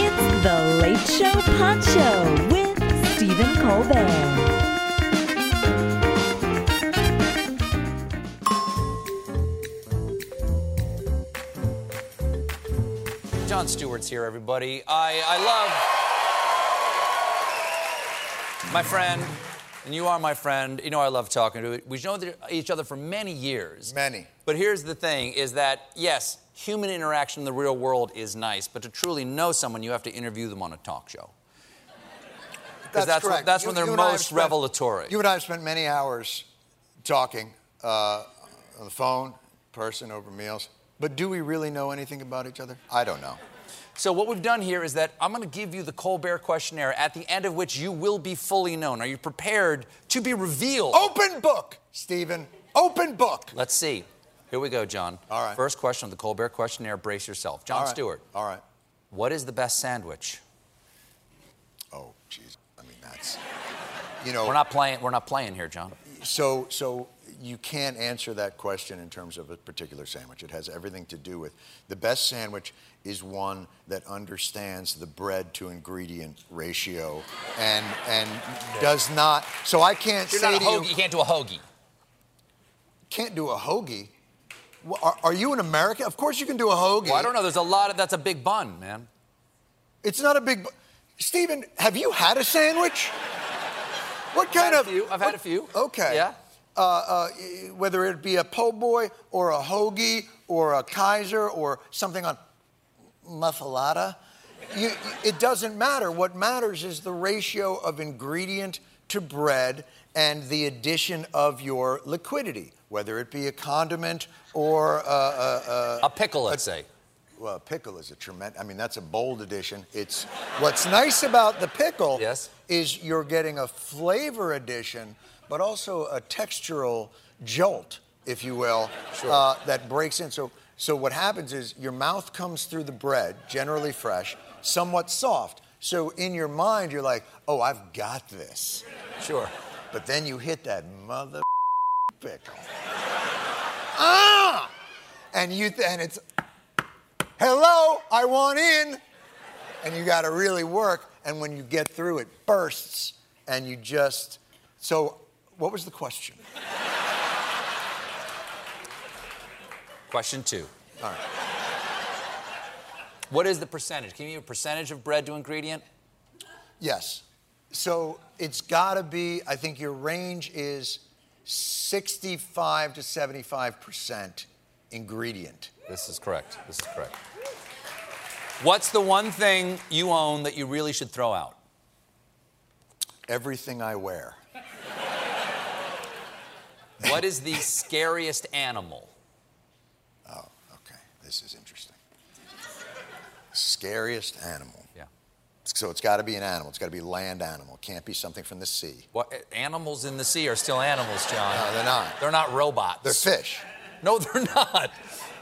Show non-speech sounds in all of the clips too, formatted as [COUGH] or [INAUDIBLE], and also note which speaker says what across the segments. Speaker 1: It's the Late Show Poncho with Stephen Colbert.
Speaker 2: John Stewart's here, everybody. I, I love my friend, and you are my friend. You know I love talking to you. We've known each other for many years.
Speaker 3: Many.
Speaker 2: But here's the thing is that, yes, human interaction in the real world is nice, but to truly know someone, you have to interview them on a talk show. Because that's, when-
Speaker 3: correct.
Speaker 2: that's
Speaker 3: You-
Speaker 2: when they're
Speaker 3: you and I have
Speaker 2: most
Speaker 3: spent-
Speaker 2: revelatory.
Speaker 3: You and I have spent many hours talking uh, on the phone, person, over meals. But do we really know anything about each other? I don't know.
Speaker 2: So what we've done here is that I'm going to give you the Colbert questionnaire, at the end of which you will be fully known. Are you prepared to be revealed?
Speaker 3: Open book, Stephen. Open book.
Speaker 2: Let's see. Here we go, John.
Speaker 3: All right.
Speaker 2: First question of the Colbert questionnaire. Brace yourself. John
Speaker 3: All right.
Speaker 2: Stewart,
Speaker 3: All right.
Speaker 2: what is the best sandwich?
Speaker 3: Oh, jeez. I mean, that's. You know,
Speaker 2: We're not playing. We're not playing here, John.
Speaker 3: so so you can't answer that question in terms of a particular sandwich. It has everything to do with the best sandwich is one that understands the bread to ingredient ratio and and does not. So I can't
Speaker 2: You're
Speaker 3: say
Speaker 2: not a
Speaker 3: to
Speaker 2: hoagie.
Speaker 3: you
Speaker 2: You can't do a hoagie.
Speaker 3: can't do a hoagie. Wha- Are, are you an American? Of course you can do a hoagie.
Speaker 2: Well, I don't know. There's a lot of. That's a big bun, man.
Speaker 3: It's not a big. bu- Stephen, have you had a sandwich? What
Speaker 2: had
Speaker 3: kind
Speaker 2: a
Speaker 3: of?
Speaker 2: few. I've had a few.
Speaker 3: Okay.
Speaker 2: Yeah.
Speaker 3: Uh, uh, y- whether it be a po' boy or a hoagie or a Kaiser or something on muffalata, you, it doesn't matter. What matters is the ratio of ingredient to bread and the addition of your liquidity, whether it be a condiment or uh, a,
Speaker 2: a pickle, let's say.
Speaker 3: well, pickle is a tremendous. I mean, that's a bold addition. It's what's nice about the pickle
Speaker 2: Yes.
Speaker 3: is you're getting a flavor addition, but also a textural jolt, if you will, uh, that breaks in. So, so what happens is your mouth comes through the bread, generally fresh, somewhat soft. So in your mind, you're like, "Oh, I've got this,"
Speaker 2: Sure.
Speaker 3: but then you hit that mother pickle. ah! And you th- and it's hello, I want in. And you got to really work and when you get through it bursts and you just so what was the question?
Speaker 2: Question two. All right. What is the percentage? Can you give me a percentage of bread to ingredient?
Speaker 3: Yes. So it's got to be I think your range is 65 to 75% ingredient.
Speaker 2: This is correct. This is correct. What's the one thing you own that you really should throw out?
Speaker 3: Everything I wear.
Speaker 2: What is the [LAUGHS] scariest animal?
Speaker 3: Oh, Okay, this is interesting. Scariest animal.
Speaker 2: Yeah.
Speaker 3: So it's got to be an animal. It's got to be a land animal. It can't be something from the sea.
Speaker 2: What, animals in the sea are still animals, John.
Speaker 3: No, they're not.
Speaker 2: They're not robots.
Speaker 3: They're fish.
Speaker 2: No, they're not.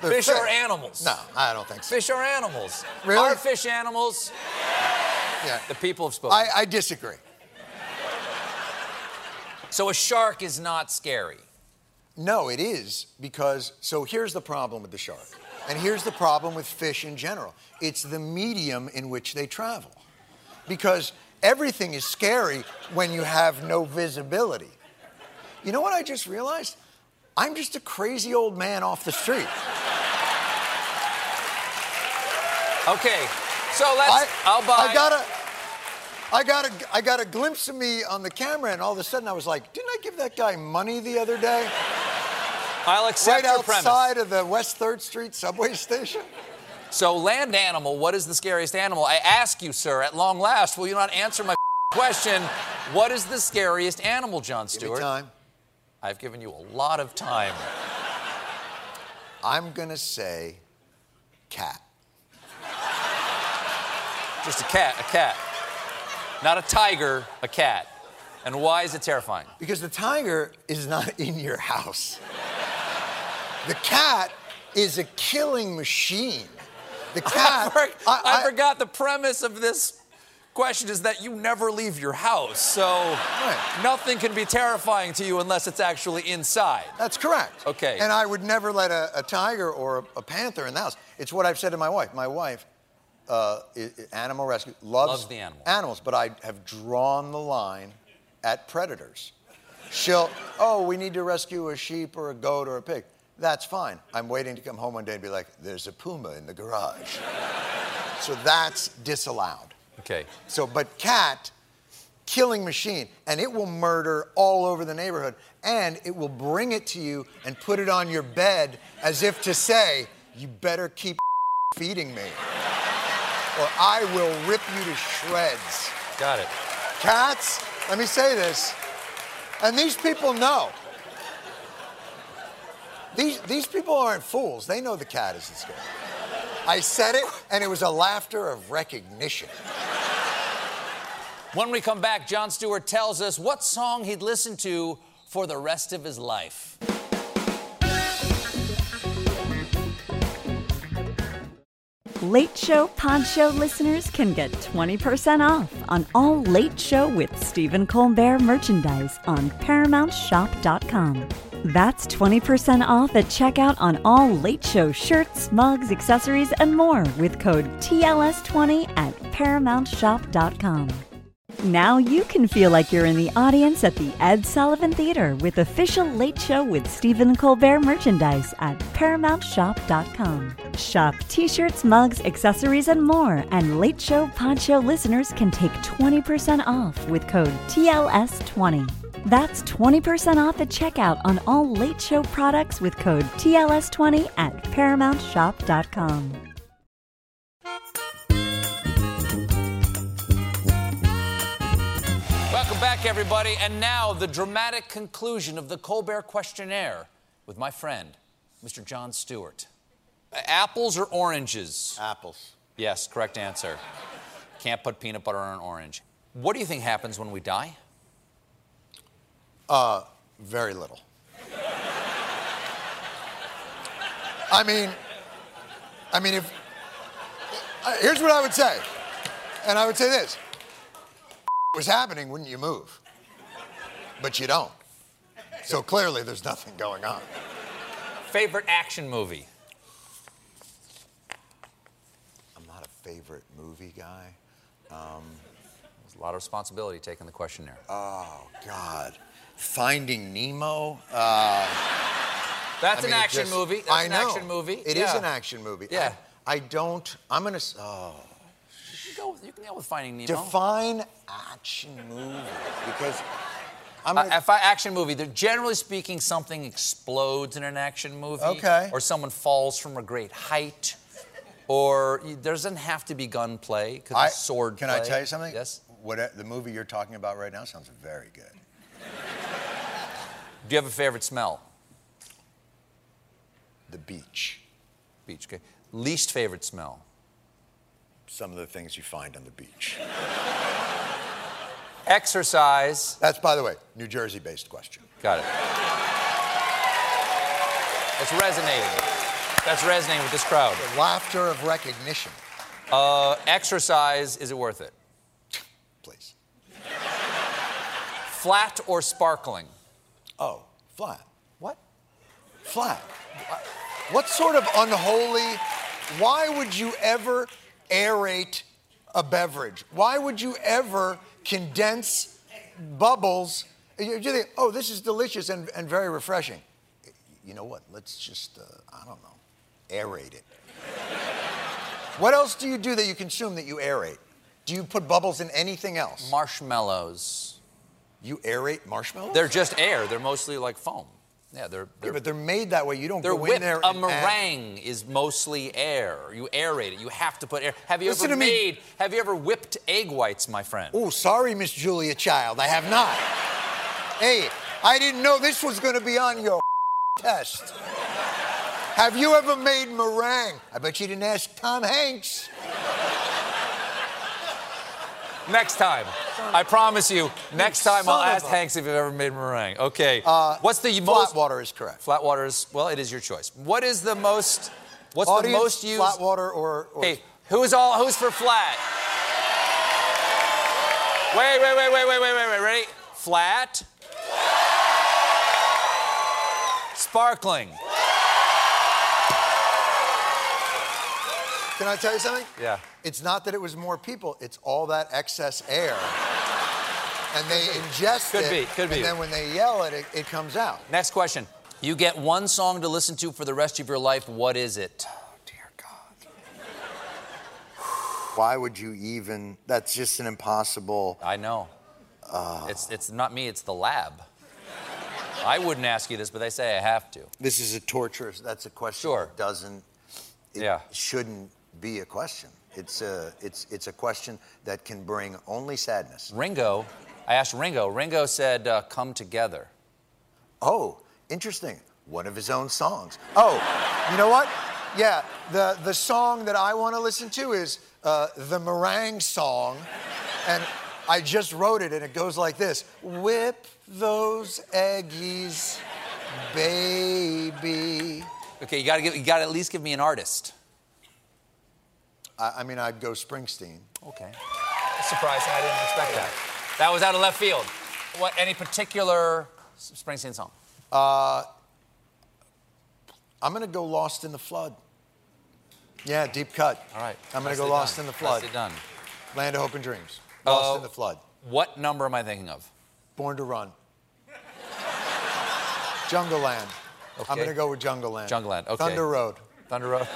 Speaker 3: They're
Speaker 2: fish, are animals.
Speaker 3: No, I don't think so.
Speaker 2: Fish are animals.
Speaker 3: Really?
Speaker 2: Are fish animals?
Speaker 3: Yeah.
Speaker 2: The people have spoken.
Speaker 3: I, I disagree.
Speaker 2: so a shark is not scary.
Speaker 3: No, it is because so here's the problem with the shark. And here's the problem with fish in general. It's the medium in which they travel. Because everything is scary when you have no visibility. You know what I just realized? I'm just a crazy old man off the
Speaker 2: [LAUGHS]
Speaker 3: street.
Speaker 2: Okay, so let's.
Speaker 3: I,
Speaker 2: will buy.
Speaker 3: I got a, I got a, I got a glimpse of me on the camera, and all of a sudden I was like, didn't I give that guy money the other day?
Speaker 2: I'll accept
Speaker 3: right
Speaker 2: your premise.
Speaker 3: outside of the West Third Street subway [LAUGHS] station.
Speaker 2: So land animal. What is the scariest animal? I ask you, sir. At long last, will you not answer my [LAUGHS] question? What is the scariest animal, John
Speaker 3: Give me
Speaker 2: Stewart?
Speaker 3: time.
Speaker 2: I've given you a lot of time.
Speaker 3: I'm gonna say, cat.
Speaker 2: Just a cat, a cat. Not a tiger, a cat. And why is it terrifying? [LAUGHS]
Speaker 3: Because the tiger is not [LAUGHS] in your house. The cat is a killing machine. The
Speaker 2: I,
Speaker 3: cat.
Speaker 2: for- I forgot the premise of this question is that you never leave your house, so
Speaker 3: Right.
Speaker 2: nothing can be terrifying to you unless it's actually inside.
Speaker 3: That's correct.
Speaker 2: Okay.
Speaker 3: And I would never let a, a tiger or a, a panther in the house. It's what I've said to my wife. My wife, uh, i- i- animal rescue, loves,
Speaker 2: Loves the animals.
Speaker 3: animals, but I have drawn the line at predators. She'll, oh, we need to rescue a sheep or a goat or a pig. That's fine. I'm waiting to come home one day and be like, there's a puma in the garage. so that's disallowed.
Speaker 2: Okay.
Speaker 3: So, but cat, killing machine, and it will murder all over the neighborhood, and it will bring it to you and put it on your bed as if to say, "You better keep [LAUGHS] feeding me, or I will rip you to shreds."
Speaker 2: Got it.
Speaker 3: Cats, let me say this, and these people know. These, these people aren't fools. They know the cat isn't scared. I said it, and it was a laughter of recognition.
Speaker 2: When we come back, John Stewart tells us what song he'd listen to for the rest of his life.
Speaker 1: Late Show Pod Show listeners can get 20% off on all Late Show with Stephen Colbert merchandise on ParamountShop.com. That's 20% off at checkout on all Late Show shirts, mugs, accessories, and more with code TLS20 at ParamountShop.com. Now you can feel like you're in the audience at the Ed Sullivan Theater with official Late Show with Stephen Colbert merchandise at ParamountShop.com. Shop t shirts, mugs, accessories, and more, and Late Show Pod Show listeners can take 20% off with code TLS20. That's 20% off at checkout on all Late Show products with code TLS20 at ParamountShop.com.
Speaker 2: Welcome back, everybody. And now the dramatic conclusion of the Colbert questionnaire with my friend, Mr. John Stewart. Uh, Apples or oranges?
Speaker 3: Apples.
Speaker 2: Yes, correct answer. Can't put peanut butter on an orange. What do you think happens when we die?
Speaker 3: Uh, Very little. I mean, I mean, if I- here's what I would say, and I would say this: was happening, wouldn't you move? But you don't. So clearly, there's nothing going on.
Speaker 2: Favorite action movie?
Speaker 3: I'm not a favorite movie guy.
Speaker 2: There's a lot of responsibility taking the questionnaire.
Speaker 3: Oh God, Finding Nemo. Uh,
Speaker 2: That's
Speaker 3: I mean,
Speaker 2: an
Speaker 3: it
Speaker 2: action
Speaker 3: just-
Speaker 2: movie. That's
Speaker 3: I
Speaker 2: an
Speaker 3: know.
Speaker 2: action movie.
Speaker 3: It is
Speaker 2: Yeah.
Speaker 3: an action movie. I-
Speaker 2: Yeah.
Speaker 3: I, don't. I'm gonna. s- Oh.
Speaker 2: You can, go with, you can go with Finding Nemo.
Speaker 3: Define action movie because I'm
Speaker 2: Uh,
Speaker 3: gonna,
Speaker 2: if I, action movie, they're generally speaking, something explodes in an action movie.
Speaker 3: Okay.
Speaker 2: Or someone falls from a great height. Or y- there doesn't have to be gunplay. Could be
Speaker 3: I-
Speaker 2: sword
Speaker 3: Can I
Speaker 2: play.
Speaker 3: tell you something?
Speaker 2: Yes.
Speaker 3: What the movie you're talking about right now sounds very good.
Speaker 2: Do you have a favorite smell?
Speaker 3: The beach.
Speaker 2: Beach. Okay. Least favorite smell.
Speaker 3: Some of the things you find on the beach.
Speaker 2: Exercise.
Speaker 3: That's by the way, New Jersey-based question.
Speaker 2: Got it. That's resonating. That's resonating with this crowd.
Speaker 3: The laughter of recognition,
Speaker 2: Uh, exercise. Is it worth it?
Speaker 3: please.
Speaker 2: Flat or sparkling?
Speaker 3: Oh, flat.
Speaker 2: What?
Speaker 3: Flat. What sort of unholy? Why would you ever aerate a beverage? Why would you ever condense bubbles? You you think, oh, this is delicious and, and very refreshing. You know what? Let's just, uh, I don't know, aerate it. what else do you do that you consume that you aerate? Do you put bubbles in anything else?
Speaker 2: Marshmallows.
Speaker 3: you aerate marshmallows?
Speaker 2: They're just air. They're mostly like foam. Yeah, they're
Speaker 3: Yeah,
Speaker 2: they're,
Speaker 3: but they're made that way. You don't
Speaker 2: they're
Speaker 3: go in
Speaker 2: whipped.
Speaker 3: there
Speaker 2: A
Speaker 3: and add-
Speaker 2: meringue is mostly air. You aerate it. You have to put air. Have you
Speaker 3: Listen
Speaker 2: ever
Speaker 3: to me.
Speaker 2: made? Have you ever whipped egg whites, my friend?
Speaker 3: Oh, sorry, Miss Julia Child, I have not. Hey, I didn't know this was going to be on your [LAUGHS] test. Have you ever made meringue? I bet you didn't ask Tom Hanks.
Speaker 2: Next time. I promise you, next time I'll
Speaker 3: son of
Speaker 2: ask
Speaker 3: a-
Speaker 2: Hanks if you've ever made meringue. Okay.
Speaker 3: Uh,
Speaker 2: What's the most.
Speaker 3: Flat water is correct.
Speaker 2: Flat water is, well, it is your choice. What is the most. What's
Speaker 3: Audience,
Speaker 2: the most used.
Speaker 3: flat water or, or
Speaker 2: Okay, who's all who's for flat? Wait, wait, wait, wait, wait, wait, wait, wait. Ready? Flat. Sparkling.
Speaker 3: Can I tell you something?
Speaker 2: Yeah.
Speaker 3: It's not that it was more people, it's all that excess air. And they ingest
Speaker 2: Could
Speaker 3: it.
Speaker 2: be, could be. Oh,
Speaker 3: And then when they yell it, it, it comes out.
Speaker 2: Next question. You get one song to listen to for the rest of your life. What is it?
Speaker 3: Dear God. Why would you even? That's just an impossible.
Speaker 2: I know. It's it's not me, it's the lab. I wouldn't ask you this, but they say I have to.
Speaker 3: This is a torturous. That's a question
Speaker 2: Sure.
Speaker 3: that doesn't. It
Speaker 2: Yeah.
Speaker 3: Shouldn't be a question. It's a. It's it's a question that can bring only sadness.
Speaker 2: Ringo, I asked Ringo. Ringo said, uh, "Come together."
Speaker 3: Oh, interesting. One of his own songs. Oh, you know what? Yeah, the, the song that I want to listen to is uh, the meringue song. And I just wrote it, and it goes like this Whip those eggies, baby.
Speaker 2: Okay, you gotta give, you gotta at least give me an artist.
Speaker 3: I, I mean, I'd go Springsteen.
Speaker 2: Okay. Surprising. I didn't expect that. That was out of left field. What? Any particular S- Springsteen song?
Speaker 3: I'm going to go Lost in the Flood. Yeah, deep cut.
Speaker 2: All right.
Speaker 3: I'm going to go
Speaker 2: Nicely
Speaker 3: Lost
Speaker 2: done.
Speaker 3: in the Flood.
Speaker 2: Nicely done.
Speaker 3: Land of Hope and Dreams. Lost
Speaker 2: Oh.
Speaker 3: in the Flood.
Speaker 2: What number am I thinking of?
Speaker 3: Born to Run. Jungle Land. I'm
Speaker 2: Okay.
Speaker 3: gonna go with Jungle Land.
Speaker 2: Jungle Land, okay.
Speaker 3: Thunder Road,
Speaker 2: Thunder Road.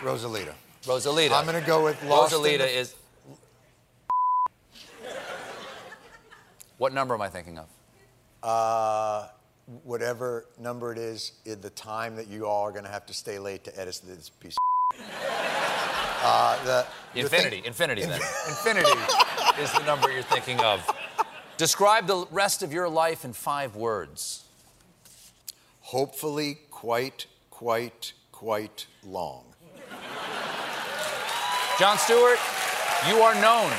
Speaker 3: Rosalita.
Speaker 2: Rosalita.
Speaker 3: I'm gonna go with Lost in
Speaker 2: Rosalita
Speaker 3: the-
Speaker 2: is. What number am I thinking of?
Speaker 3: Uh, Whatever number it is, in the time that you all are gonna have to stay late to edit this piece. Of uh, the the
Speaker 2: Infinity.
Speaker 3: thing-
Speaker 2: Infinity.
Speaker 3: [LAUGHS]
Speaker 2: Then. Infinity [LAUGHS] is the number you're thinking of. Describe the rest of your life in five words.
Speaker 3: hopefully, quite, quite, quite long.
Speaker 2: John Stewart, you are known.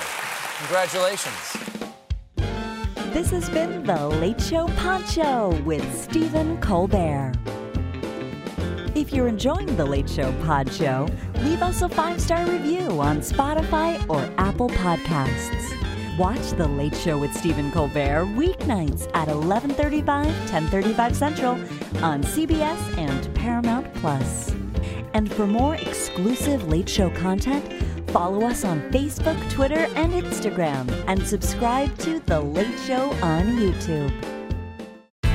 Speaker 2: Congratulations.
Speaker 1: This has been The Late Show Poncho with Stephen Colbert. If you're enjoying The Late Show Pod Show, leave us a five star review on Spotify or Apple Podcasts. Watch The Late Show with Stephen Colbert weeknights at 11:35, 10:35 Central on CBS and Paramount Plus. And for more exclusive Late Show content, follow us on Facebook, Twitter, and Instagram, and subscribe to The Late Show on YouTube.